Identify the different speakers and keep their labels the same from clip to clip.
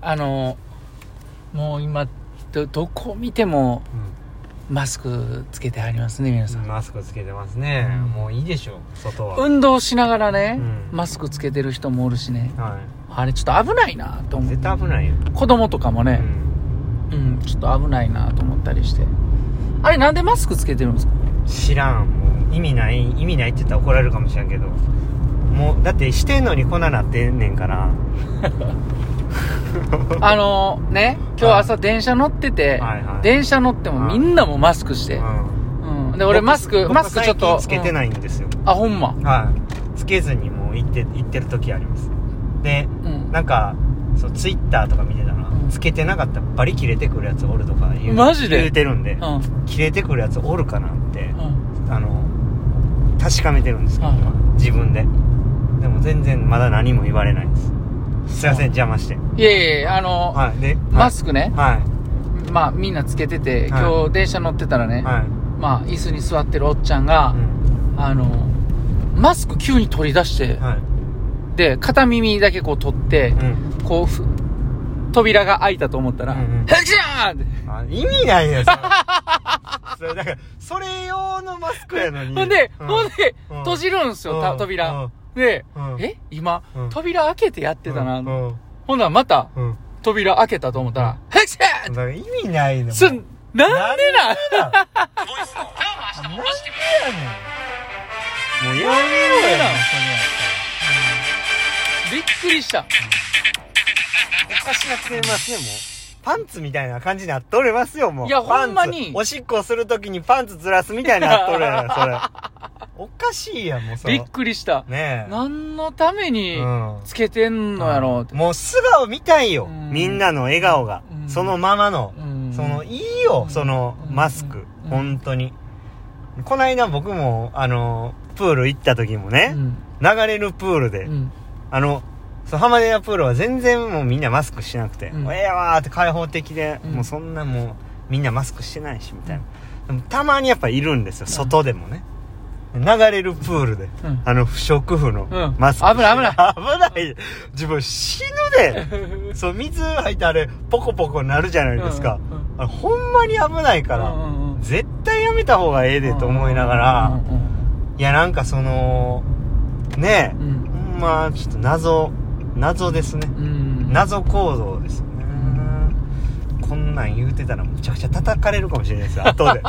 Speaker 1: あのもう今どどこ見てもマスクつけてありますね皆さん、
Speaker 2: マスクつけてますね、
Speaker 1: うん
Speaker 2: もういいでしょう外は、
Speaker 1: 運動しながらね、
Speaker 2: うん
Speaker 1: マスクつけてる人もおるしね
Speaker 2: は
Speaker 1: あれちょっと危ないなと
Speaker 2: い、
Speaker 1: 思う
Speaker 2: 絶対危ないよ、
Speaker 1: 子供とかも
Speaker 2: う
Speaker 1: ね、
Speaker 2: ん、
Speaker 1: うん、ちょっと危ないなと思ったりしてあれなんでマスクつけてるんですか
Speaker 2: 知らんもう意味ない意味ないって言ったら怒られるかもしれんけどもうだってしてんのにこんななってんねんから
Speaker 1: あのね今日朝電車乗ってて、
Speaker 2: はいはい
Speaker 1: 電車乗ってもみんなもマスクして、
Speaker 2: うん
Speaker 1: うん、で俺マスク
Speaker 2: 僕
Speaker 1: マスクちょっと
Speaker 2: 僕最近つけて
Speaker 1: い、
Speaker 2: ないんですよ、
Speaker 1: うんあほんま、
Speaker 2: はいつけずにもう行って行ってる時ありますで
Speaker 1: うん、
Speaker 2: なんかそうツイッターとか見てたら
Speaker 1: うん
Speaker 2: つけてなかったらバリ切れてくるやつおるとか言う
Speaker 1: マジで
Speaker 2: 言うてるんで、
Speaker 1: うん
Speaker 2: 切れてくるやつおるかなって
Speaker 1: うん
Speaker 2: あの確かめてるんですけど、
Speaker 1: はい
Speaker 2: 今自分ででも全然まだ何も言われないですすいません邪魔して
Speaker 1: いやいやいやあの、
Speaker 2: はいで、はい
Speaker 1: マスクね、
Speaker 2: はい
Speaker 1: まあみんなつけてて、
Speaker 2: はい
Speaker 1: 今日電車乗ってたらね、
Speaker 2: はい、
Speaker 1: まあ椅子に座ってるおっちゃんが
Speaker 2: う、ん
Speaker 1: あのマスク急に取り出して、
Speaker 2: はい
Speaker 1: で片耳だけこう取って
Speaker 2: う、ん
Speaker 1: こうふ扉が開いたと思ったら「
Speaker 2: う
Speaker 1: へ
Speaker 2: んうん
Speaker 1: っじゃーん!」って
Speaker 2: あ意味な いよそれそれだからそれ用のマスクやのに
Speaker 1: ほんで、
Speaker 2: う
Speaker 1: ほんで、
Speaker 2: うん
Speaker 1: 閉じるんすよ、た
Speaker 2: う
Speaker 1: 扉
Speaker 2: ん。
Speaker 1: で、
Speaker 2: うん
Speaker 1: え今、
Speaker 2: うん
Speaker 1: 扉開けてやってたな。
Speaker 2: うんうん
Speaker 1: ほんならまた、
Speaker 2: うん
Speaker 1: 扉開けたと思ったら、へっしゃ
Speaker 2: だから意味ないの
Speaker 1: す、
Speaker 2: もう
Speaker 1: なんでなん
Speaker 2: なんでなんでやねんもうやめろや
Speaker 1: なんでなん
Speaker 2: そ
Speaker 1: びっくりした。
Speaker 2: れやったらおかしなってますねもうパンツみたいな感じになっとれますよもう
Speaker 1: いやほんまに
Speaker 2: パンツおしっこするときにパンツずらすみたいになっとるやろそ れおかしいやんもうそ
Speaker 1: び
Speaker 2: れ
Speaker 1: っくりした。
Speaker 2: ねえ
Speaker 1: 何のために
Speaker 2: うん
Speaker 1: つけてんのやろうって。
Speaker 2: もう素顔見たいよ
Speaker 1: うん
Speaker 2: みんなの笑顔が
Speaker 1: うん
Speaker 2: そのままの
Speaker 1: うん
Speaker 2: そのいいよ
Speaker 1: うん
Speaker 2: そのマスク
Speaker 1: うん
Speaker 2: 本当にこないだ僕もあのプール行った時もね
Speaker 1: うん
Speaker 2: 流れるプールで
Speaker 1: うん
Speaker 2: あのそう浜田屋プールは全然もうみんなマスクしてなくて
Speaker 1: うん
Speaker 2: 「ええわ」って開放的で
Speaker 1: うん
Speaker 2: もうそんなもうみんなマスクしてないしみたいなでもたまにやっぱいるんですよ外でもね流れるプールで
Speaker 1: うん
Speaker 2: あの不織布の
Speaker 1: うん
Speaker 2: マスクし
Speaker 1: 危
Speaker 2: て
Speaker 1: ない危ない
Speaker 2: 危ない自分死ぬで そう水入ってあれポコポコなるじゃないですか、
Speaker 1: うんうん
Speaker 2: あれほんまに危ないから、
Speaker 1: うんうんうん
Speaker 2: 絶対やめた方がええでと思いながら、
Speaker 1: うんうん
Speaker 2: いやなんかそのね
Speaker 1: うん
Speaker 2: え、ほんまあちょっと謎謎ですね
Speaker 1: うんうん
Speaker 2: 謎行動ですねこんなん言うてたらむちゃくちゃ叩かれるかもしれないです 後で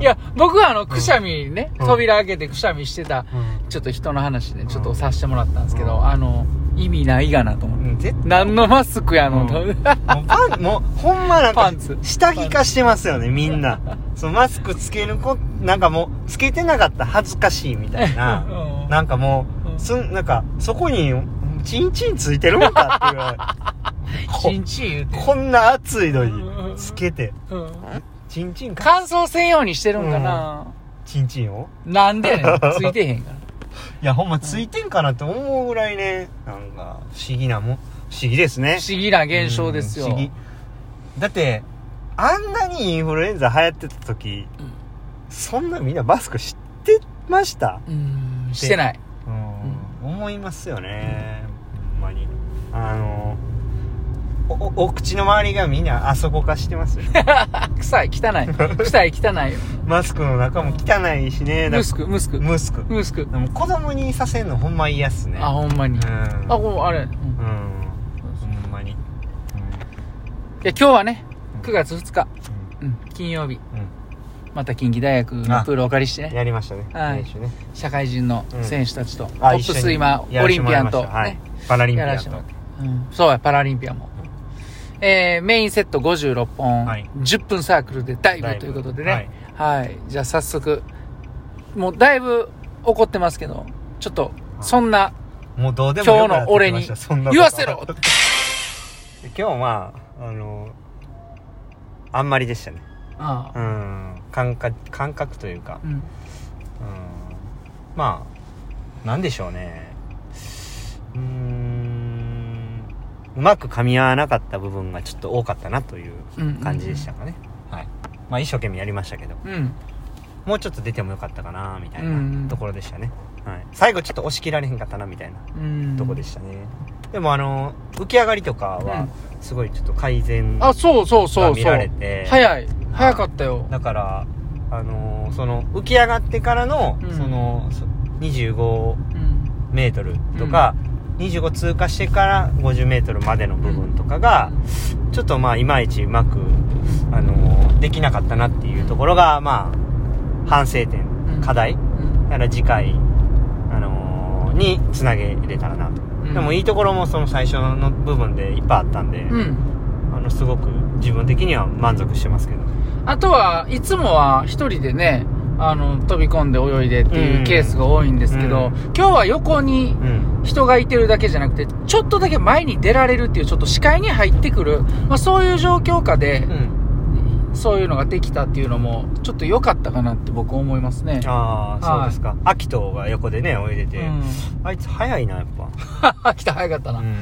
Speaker 1: いや、僕はあの、くしゃみね、
Speaker 2: うん
Speaker 1: 扉開けてくしゃみしてた、
Speaker 2: う
Speaker 1: ちょっと人の話で、
Speaker 2: ん
Speaker 1: ちょっとさせてもらったんですけど、
Speaker 2: うん
Speaker 1: あの、意味ないがなと思っ
Speaker 2: ん
Speaker 1: て。
Speaker 2: うん絶対
Speaker 1: 何のマスクやの、
Speaker 2: うん
Speaker 1: と
Speaker 2: もうパン、もう、ほんまなん
Speaker 1: パ
Speaker 2: か
Speaker 1: ンツ、
Speaker 2: 下着化してますよね、みんな。そう、マスクつける子、なんかもう、つけてなかったら恥ずかしいみたいな。
Speaker 1: うん
Speaker 2: なんかも
Speaker 1: うん
Speaker 2: う、すん、なんか、そこに、チンチンついてるんかっていうぐら
Speaker 1: ちんちん言う
Speaker 2: い。
Speaker 1: て。
Speaker 2: こんな暑いの
Speaker 1: うん
Speaker 2: に、つけて、
Speaker 1: うん
Speaker 2: チンチンか、
Speaker 1: 乾燥せんようにしてるんかな、
Speaker 2: チンチンを
Speaker 1: なんでやね んついてへんから。
Speaker 2: いや、ほんまついてんかなって思うぐらいね、なんか、不思議なもん、不思議ですね。
Speaker 1: 不思議な現象ですよ。
Speaker 2: うん不思議だってあんなにインフルエンザ流行ってた時、
Speaker 1: うん
Speaker 2: そんなみんなマスク知ってました、
Speaker 1: うん、してない。
Speaker 2: うん思いますよね、ほんまにあのおおお口の周りがみんなあそこ化してますよ
Speaker 1: 臭い、汚 い。臭い、汚いよ。
Speaker 2: マスクの中も汚いしねだ
Speaker 1: ムスク、ムスク。
Speaker 2: ムスク
Speaker 1: ムスク。
Speaker 2: でも子供にさせんのほんま嫌っすね
Speaker 1: あ、ほんまに。
Speaker 2: うん
Speaker 1: あ、こう、あれ。うん
Speaker 2: う
Speaker 1: い
Speaker 2: んほんまに、うん
Speaker 1: や、今日はね、9月2日、
Speaker 2: う
Speaker 1: うん、金曜日、
Speaker 2: ん
Speaker 1: また近畿大学のプールをお借りしてね
Speaker 2: うん。やりましたね
Speaker 1: はい
Speaker 2: 練習ね
Speaker 1: 社会人の選手たちと、ト
Speaker 2: あ
Speaker 1: ップスイマ
Speaker 2: 一緒に
Speaker 1: ー、オリンピアンと、
Speaker 2: やらせてもらい
Speaker 1: ね
Speaker 2: ましたはい、パラリンピ
Speaker 1: や
Speaker 2: ア
Speaker 1: ら
Speaker 2: ン
Speaker 1: せて
Speaker 2: と
Speaker 1: もらって、うんそうや、パラリンピアンも。えー、メインセット56本、
Speaker 2: はい
Speaker 1: 10分サークルでダイ
Speaker 2: ダイ
Speaker 1: ブ
Speaker 2: ブ
Speaker 1: ということでね。はい、じゃあ早速、もうだいぶ怒ってますけど、ちょっと、そんな、
Speaker 2: もうどうでもよくな
Speaker 1: 今日
Speaker 2: ってきました
Speaker 1: の俺に
Speaker 2: そんなこと
Speaker 1: 言わせろ
Speaker 2: 今日まああのあんまりでしたね
Speaker 1: あ
Speaker 2: う
Speaker 1: あ
Speaker 2: ん感覚感覚というか
Speaker 1: うん、
Speaker 2: うんまあなんでしょうねうーんうまく噛み合わなかった部分がちょっと多かったなという感じでしたかね、はいまあ一生懸命やりましたけど
Speaker 1: うん、
Speaker 2: もうちょっと出てもよかったかなみたい
Speaker 1: うんうん
Speaker 2: なところでしたね、はい、最後ちょっと押し切られへんかったなみたいな
Speaker 1: うん。
Speaker 2: とこでしたね、でもあの浮き上がりとかはすごいちょっと改善が
Speaker 1: あそうそうそう
Speaker 2: 見
Speaker 1: そ
Speaker 2: られ
Speaker 1: う
Speaker 2: て、
Speaker 1: 早い早かったよ
Speaker 2: だからあのその浮き上がってからの、
Speaker 1: うん
Speaker 2: そのそ25
Speaker 1: うん
Speaker 2: メートルとか、25通過してから50メートルまでの部分とかが、ちょっとまあいまいちうまく、あのできなかったなっていうところが、まあ、反省点、
Speaker 1: うん
Speaker 2: 課題。
Speaker 1: うん
Speaker 2: だから次回、あのにつなげれたらなと。
Speaker 1: うん
Speaker 2: でもいいところもその最初の部分でいっぱいあったんで、
Speaker 1: うん
Speaker 2: あの、すごく自分的には満足してますけど。
Speaker 1: あとはいつもは一人でねあの飛び込んで泳いでっていうケースが多いんですけど、
Speaker 2: うん
Speaker 1: 今日は横に
Speaker 2: うん。
Speaker 1: 人がいてるだけじゃなくてちょっとだけ前に出られるっていうちょっと視界に入ってくる、まあ、そういう状況下で
Speaker 2: う、ん。
Speaker 1: そういうのができたっていうのもちょっと良かったかなって僕思いますね
Speaker 2: ああ、そう
Speaker 1: はい
Speaker 2: ですか。秋とが横でね、泳いでて、
Speaker 1: うん、
Speaker 2: あいつ早いな、やっぱ。
Speaker 1: 来た早かったな
Speaker 2: うん
Speaker 1: う。ん、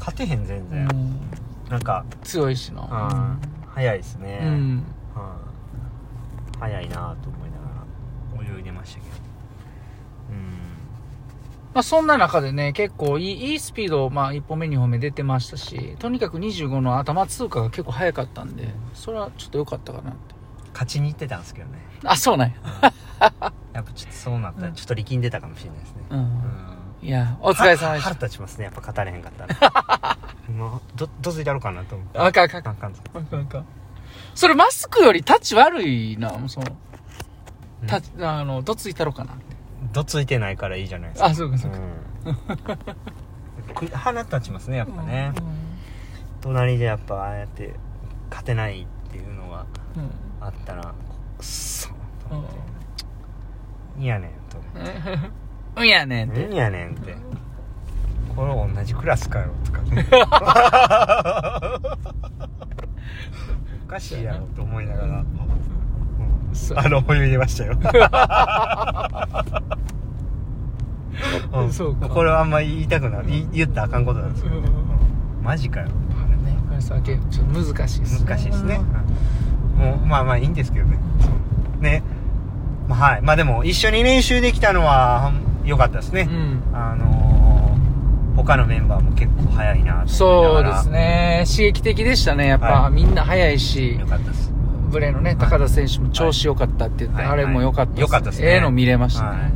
Speaker 2: 勝てへん、全
Speaker 1: う
Speaker 2: 然。
Speaker 1: ん、
Speaker 2: なんか、
Speaker 1: 強いしな
Speaker 2: あー早いですね、
Speaker 1: う
Speaker 2: うん
Speaker 1: ん
Speaker 2: 早いなと思いながら泳いでましたけど
Speaker 1: まあ、そんな中でね結構いいいいスピード、まあ、1歩目2歩目出てましたしとにかく25の頭通過が結構早かったんでそれはちょっと良かったかなって
Speaker 2: うん勝ちに行ってたんですけどね
Speaker 1: あそうなんや、
Speaker 2: やっぱちょっとそうなったら
Speaker 1: うん
Speaker 2: ちょっと力んでたかもしれないですね、
Speaker 1: う
Speaker 2: うん
Speaker 1: ん、いやお疲れ様で
Speaker 2: は
Speaker 1: し
Speaker 2: 腹
Speaker 1: た
Speaker 2: 立ちますねやっぱ勝たれへんかったら もうどどついだろうかなと思って
Speaker 1: あかんあかんあかん
Speaker 2: あかんぞ
Speaker 1: なんかなんか。それマスクよりタッチ悪いな、もうその、
Speaker 2: うん
Speaker 1: タッチ、あの、どついたろかな。
Speaker 2: どついてないからいいじゃないですか
Speaker 1: あ、そうかそう か。
Speaker 2: うんく腹立ちますねやっぱね、
Speaker 1: う
Speaker 2: 隣でやっぱああやって勝てないっていうのは
Speaker 1: ん。
Speaker 2: あったらくっそ
Speaker 1: うんうん
Speaker 2: いやねんと思って
Speaker 1: うん。やねんって。
Speaker 2: 何やねんってこれ同じクラスかよとかねおかしいやろと思いながら、うん
Speaker 1: そう
Speaker 2: あの泳いでましたようん
Speaker 1: そうか
Speaker 2: これはあんまり言いたくない言言ったらあかんことなんですけど、ねうんマジかよ
Speaker 1: ね、これさ、けちょっと難しいですね。
Speaker 2: 難しいですね、もうまあまあいいんですけどねね、まあ、はいまあでも一緒に練習できたのは良かったです
Speaker 1: う
Speaker 2: ね、
Speaker 1: ん。
Speaker 2: あのー他のメンバーも結構早いなと思
Speaker 1: そ
Speaker 2: いうなが
Speaker 1: で
Speaker 2: ら
Speaker 1: すね。刺激的でしたね。やっぱ、
Speaker 2: はい
Speaker 1: みんな早いし
Speaker 2: 良、かったです
Speaker 1: ブレのね、高田選手も調子良かったって言って、
Speaker 2: はい
Speaker 1: あれも良かった
Speaker 2: 良かったですね
Speaker 1: ええの見れましたね。
Speaker 2: はい
Speaker 1: は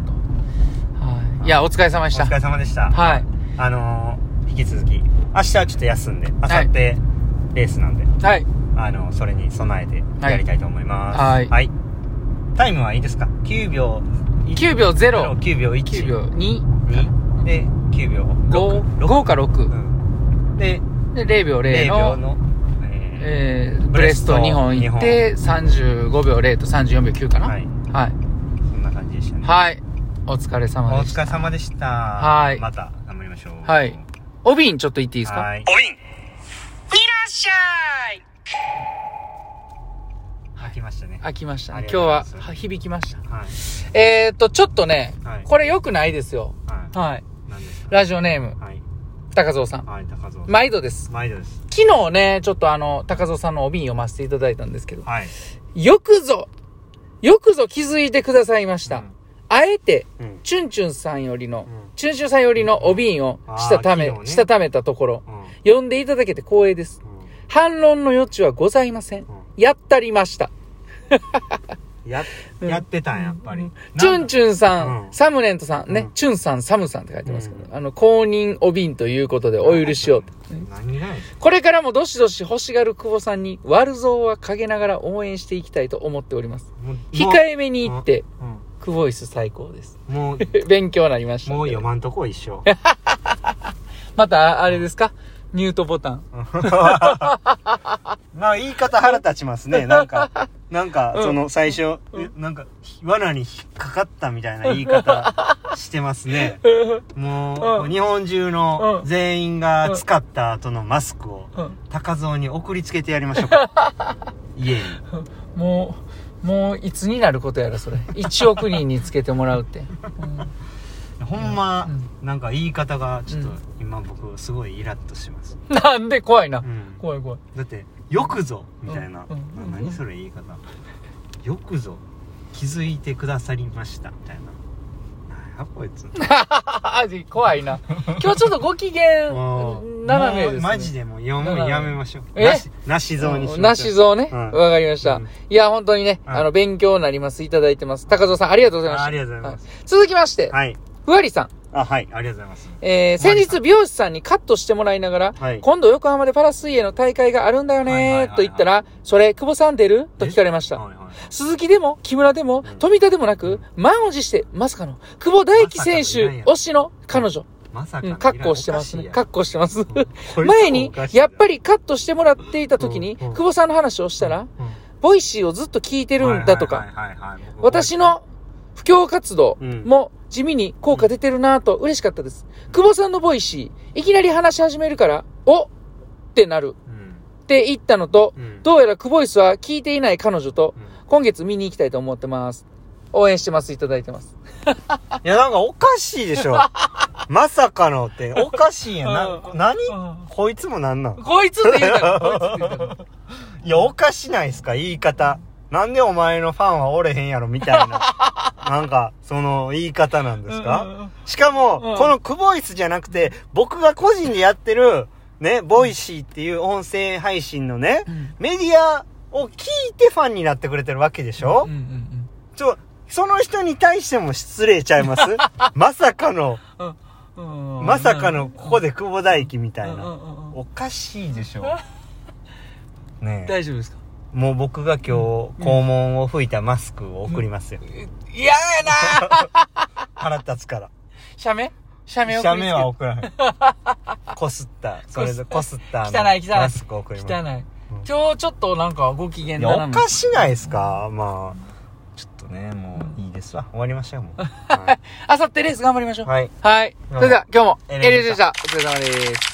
Speaker 1: い。いや、お疲れ様で
Speaker 2: お
Speaker 1: した。
Speaker 2: 疲れ様でした
Speaker 1: はい。
Speaker 2: あのー引き続き明日はちょっと休んで明後
Speaker 1: はい
Speaker 2: 日レースなんで、
Speaker 1: はい。
Speaker 2: あのそれに備えてやりたいと思います
Speaker 1: はい
Speaker 2: はい、タイムはいいですか9秒
Speaker 1: 9秒0。
Speaker 2: 9秒
Speaker 1: 9秒2
Speaker 2: 12で9秒
Speaker 1: 5 5か
Speaker 2: う
Speaker 1: 6
Speaker 2: んで
Speaker 1: で0秒0
Speaker 2: 0秒
Speaker 1: の
Speaker 2: の、え
Speaker 1: えーブレスト2本いって35秒0と34秒9か
Speaker 2: ー
Speaker 1: な
Speaker 2: は
Speaker 1: はいいはい、
Speaker 2: そんな感じでしたね
Speaker 1: お疲れ様
Speaker 2: お
Speaker 1: でし
Speaker 2: 疲
Speaker 1: た
Speaker 2: れ様でした。
Speaker 1: はい
Speaker 2: また頑張りましょう。
Speaker 1: はいオビンちょっと言っていいですか
Speaker 2: はい。
Speaker 3: おいんいらっしゃい
Speaker 1: は
Speaker 2: 飽き
Speaker 1: い
Speaker 2: ましたね。
Speaker 1: 飽きました
Speaker 2: あ
Speaker 1: ね
Speaker 2: りが
Speaker 1: 今
Speaker 2: と
Speaker 1: 日
Speaker 2: う
Speaker 1: は
Speaker 2: ございます
Speaker 1: は響きました
Speaker 2: はい。
Speaker 1: えーっとちょっとね、
Speaker 2: はい
Speaker 1: これ良くないですよ
Speaker 2: は
Speaker 1: はい
Speaker 2: い。何ですか
Speaker 1: ラジオネーム
Speaker 2: はい。
Speaker 1: 高蔵さん
Speaker 2: はい、高蔵。
Speaker 1: 毎度です
Speaker 2: 毎度です。
Speaker 1: 昨日ねちょっとあの高蔵さんのお瓶読ませていただいたんですけど
Speaker 2: はい。
Speaker 1: よくぞよくぞ気づいてくださいました、あえて
Speaker 2: うん。うん。
Speaker 1: チュンチュンさんよりの、
Speaker 2: うん
Speaker 1: チュンチュンさんよりのお瓶をしたため、
Speaker 2: あー昨日ね
Speaker 1: したためたところ、
Speaker 2: うん。
Speaker 1: 呼んでいただけて光栄です。反論の余地はございません。
Speaker 2: う
Speaker 1: やったりました。
Speaker 2: んや、
Speaker 1: うん
Speaker 2: やってたん、やっぱり。
Speaker 1: チュンチュンさん、
Speaker 2: うん
Speaker 1: サムネントさん、ね、
Speaker 2: うん
Speaker 1: チュンさん、サムさんって書いてますけど、
Speaker 2: う
Speaker 1: あの、公認お瓶ということでお許しを。
Speaker 2: ュ何がやねん
Speaker 1: これからもどしどし欲しがる久保さんに悪造は陰ながら応援していきたいと思っております。
Speaker 2: もう
Speaker 1: 控えめに言って、
Speaker 2: も
Speaker 1: 久保イス最高です。
Speaker 2: ううんもう、
Speaker 1: 勉強になりました。
Speaker 2: もう読まんとこ一緒。
Speaker 1: また、あれですかミュートボタン。
Speaker 2: まあ言い方腹立ちます ね。なんか、なんか、
Speaker 1: うん
Speaker 2: その最初、えなんか、罠に引っかかったみたいな言い 方してますね。も
Speaker 1: う
Speaker 2: う、
Speaker 1: ん
Speaker 2: 日本中の
Speaker 1: うん
Speaker 2: 全員が使った後のマスクを
Speaker 1: うん
Speaker 2: 高蔵に送りつけてやりましょうか。 家に。
Speaker 1: もう、もういつになることやら、それ。1億人につけてもらうって。うん
Speaker 2: ほんま、
Speaker 1: う
Speaker 2: なんか言い方が、ちょっと
Speaker 1: うん
Speaker 2: 今僕すごいイラッとしてます。
Speaker 1: なんで怖いな
Speaker 2: う。ん
Speaker 1: 怖い怖い。
Speaker 2: だって、よくぞみたいな。
Speaker 1: うんうん
Speaker 2: な何それ言い方。よくぞ気づいてくださりました。みたいな。なこい つ
Speaker 1: 怖いな。今日ちょっとご機嫌、斜めです、ね。
Speaker 2: もうマジでもう読むのやめましょう
Speaker 1: え
Speaker 2: なしなし像にしましょう
Speaker 1: なしぞね。
Speaker 2: う
Speaker 1: わ、
Speaker 2: ん
Speaker 1: かりました、
Speaker 2: うん
Speaker 1: いや、本当にね、
Speaker 2: うん
Speaker 1: あの、勉強になります。いただいてます。高蔵さん、ありがとうございました。
Speaker 2: あありがとうございます
Speaker 1: は続きまして、
Speaker 2: はい
Speaker 1: ふわりさん。
Speaker 2: あはいありがとうございます
Speaker 1: えー、
Speaker 2: ふわり
Speaker 1: 先
Speaker 2: さん
Speaker 1: 日美容師さんにカットしてもらいながら、
Speaker 2: はい
Speaker 1: 今度横浜でパラ水泳の大会があるんだよ
Speaker 2: はいはいはい
Speaker 1: ね
Speaker 2: は
Speaker 1: ー
Speaker 2: い
Speaker 1: と言ったら、それ、久保さん出ると聞かれました。
Speaker 2: はいはい
Speaker 1: 鈴木でも、木村でも
Speaker 2: うん、
Speaker 1: 富田でもなく、満を持して、まさかの、久保大輝選
Speaker 2: まさかのいない
Speaker 1: 手
Speaker 2: や、ん
Speaker 1: 推しの彼女。
Speaker 2: まさか
Speaker 1: う
Speaker 2: の
Speaker 1: ん、格好してますね。
Speaker 2: いらん
Speaker 1: 格好してます。
Speaker 2: おかしいやんこいつ
Speaker 1: 前に
Speaker 2: おか、しい
Speaker 1: やっぱりカットしてもらっていた時に、
Speaker 2: うんうん
Speaker 1: 久保さんの話をしたら、
Speaker 2: うん
Speaker 1: ボイシーをずっと聞いてるんだと
Speaker 2: はい
Speaker 1: か、
Speaker 2: はいはいはいはい
Speaker 1: 私の布教活動も地味に効果出てるなぁと嬉しかったです。久保さんのボイシー、いきなり話し始めるから、おってなる
Speaker 2: うん
Speaker 1: って言ったのと
Speaker 2: う、ん
Speaker 1: どうやら久保イスは聞いていない彼女と
Speaker 2: う、ん
Speaker 1: 今月見に行きたいと思ってます。応援してます。いただいてます。
Speaker 2: いやなんかおかしい でしょまさかのっておかしいやんな
Speaker 1: うん
Speaker 2: 何こいつもなんなん
Speaker 1: こいつって言うたら、こいつって言うたら。
Speaker 2: いや、おかしないっすか、言い方。なんでお前のファンはおれへんやろ、みた いな。なんか、その、言い方なんで
Speaker 1: うん
Speaker 2: す
Speaker 1: うんう
Speaker 2: か
Speaker 1: ん
Speaker 2: しかも、
Speaker 1: うん
Speaker 2: このクボイスじゃなくて、僕が個人でやってる、ね、ボイシーっていう音声配信のね、メディアを聞いてファンになってくれてるわけでしょ
Speaker 1: うんうん
Speaker 2: ちょ、その人に対しても失礼ちゃ いますまさかの、
Speaker 1: うんうん
Speaker 2: まさかの、ここで久保大樹みたい
Speaker 1: うん
Speaker 2: な。
Speaker 1: うんうんうん
Speaker 2: おかしい でしょ。ねえ。
Speaker 1: 大丈夫ですか
Speaker 2: もう僕が今日、肛門を吹いたマスクを送りますよ。
Speaker 1: 嫌やな
Speaker 2: 腹立 つから。
Speaker 1: 写メ写メを
Speaker 2: 写メは送 らない。こすった、それでこすったあの
Speaker 1: 汚い汚い
Speaker 2: マスクを送ります。
Speaker 1: 汚い
Speaker 2: うん
Speaker 1: 今日ちょっとなんかご機嫌
Speaker 2: い
Speaker 1: だな
Speaker 2: や、おかしないですかまあ、ちょっとね、もういいですわ。終わりましょう、 もう。は
Speaker 1: あさってレース頑張りましょ
Speaker 2: い。
Speaker 1: う
Speaker 2: はい
Speaker 1: はいそれでは今日も
Speaker 2: エ
Speaker 1: エ
Speaker 2: レ
Speaker 1: レ
Speaker 2: ジ
Speaker 1: ジ
Speaker 2: ェ
Speaker 1: ェ
Speaker 2: で
Speaker 1: で
Speaker 2: し
Speaker 1: したお疲れ様です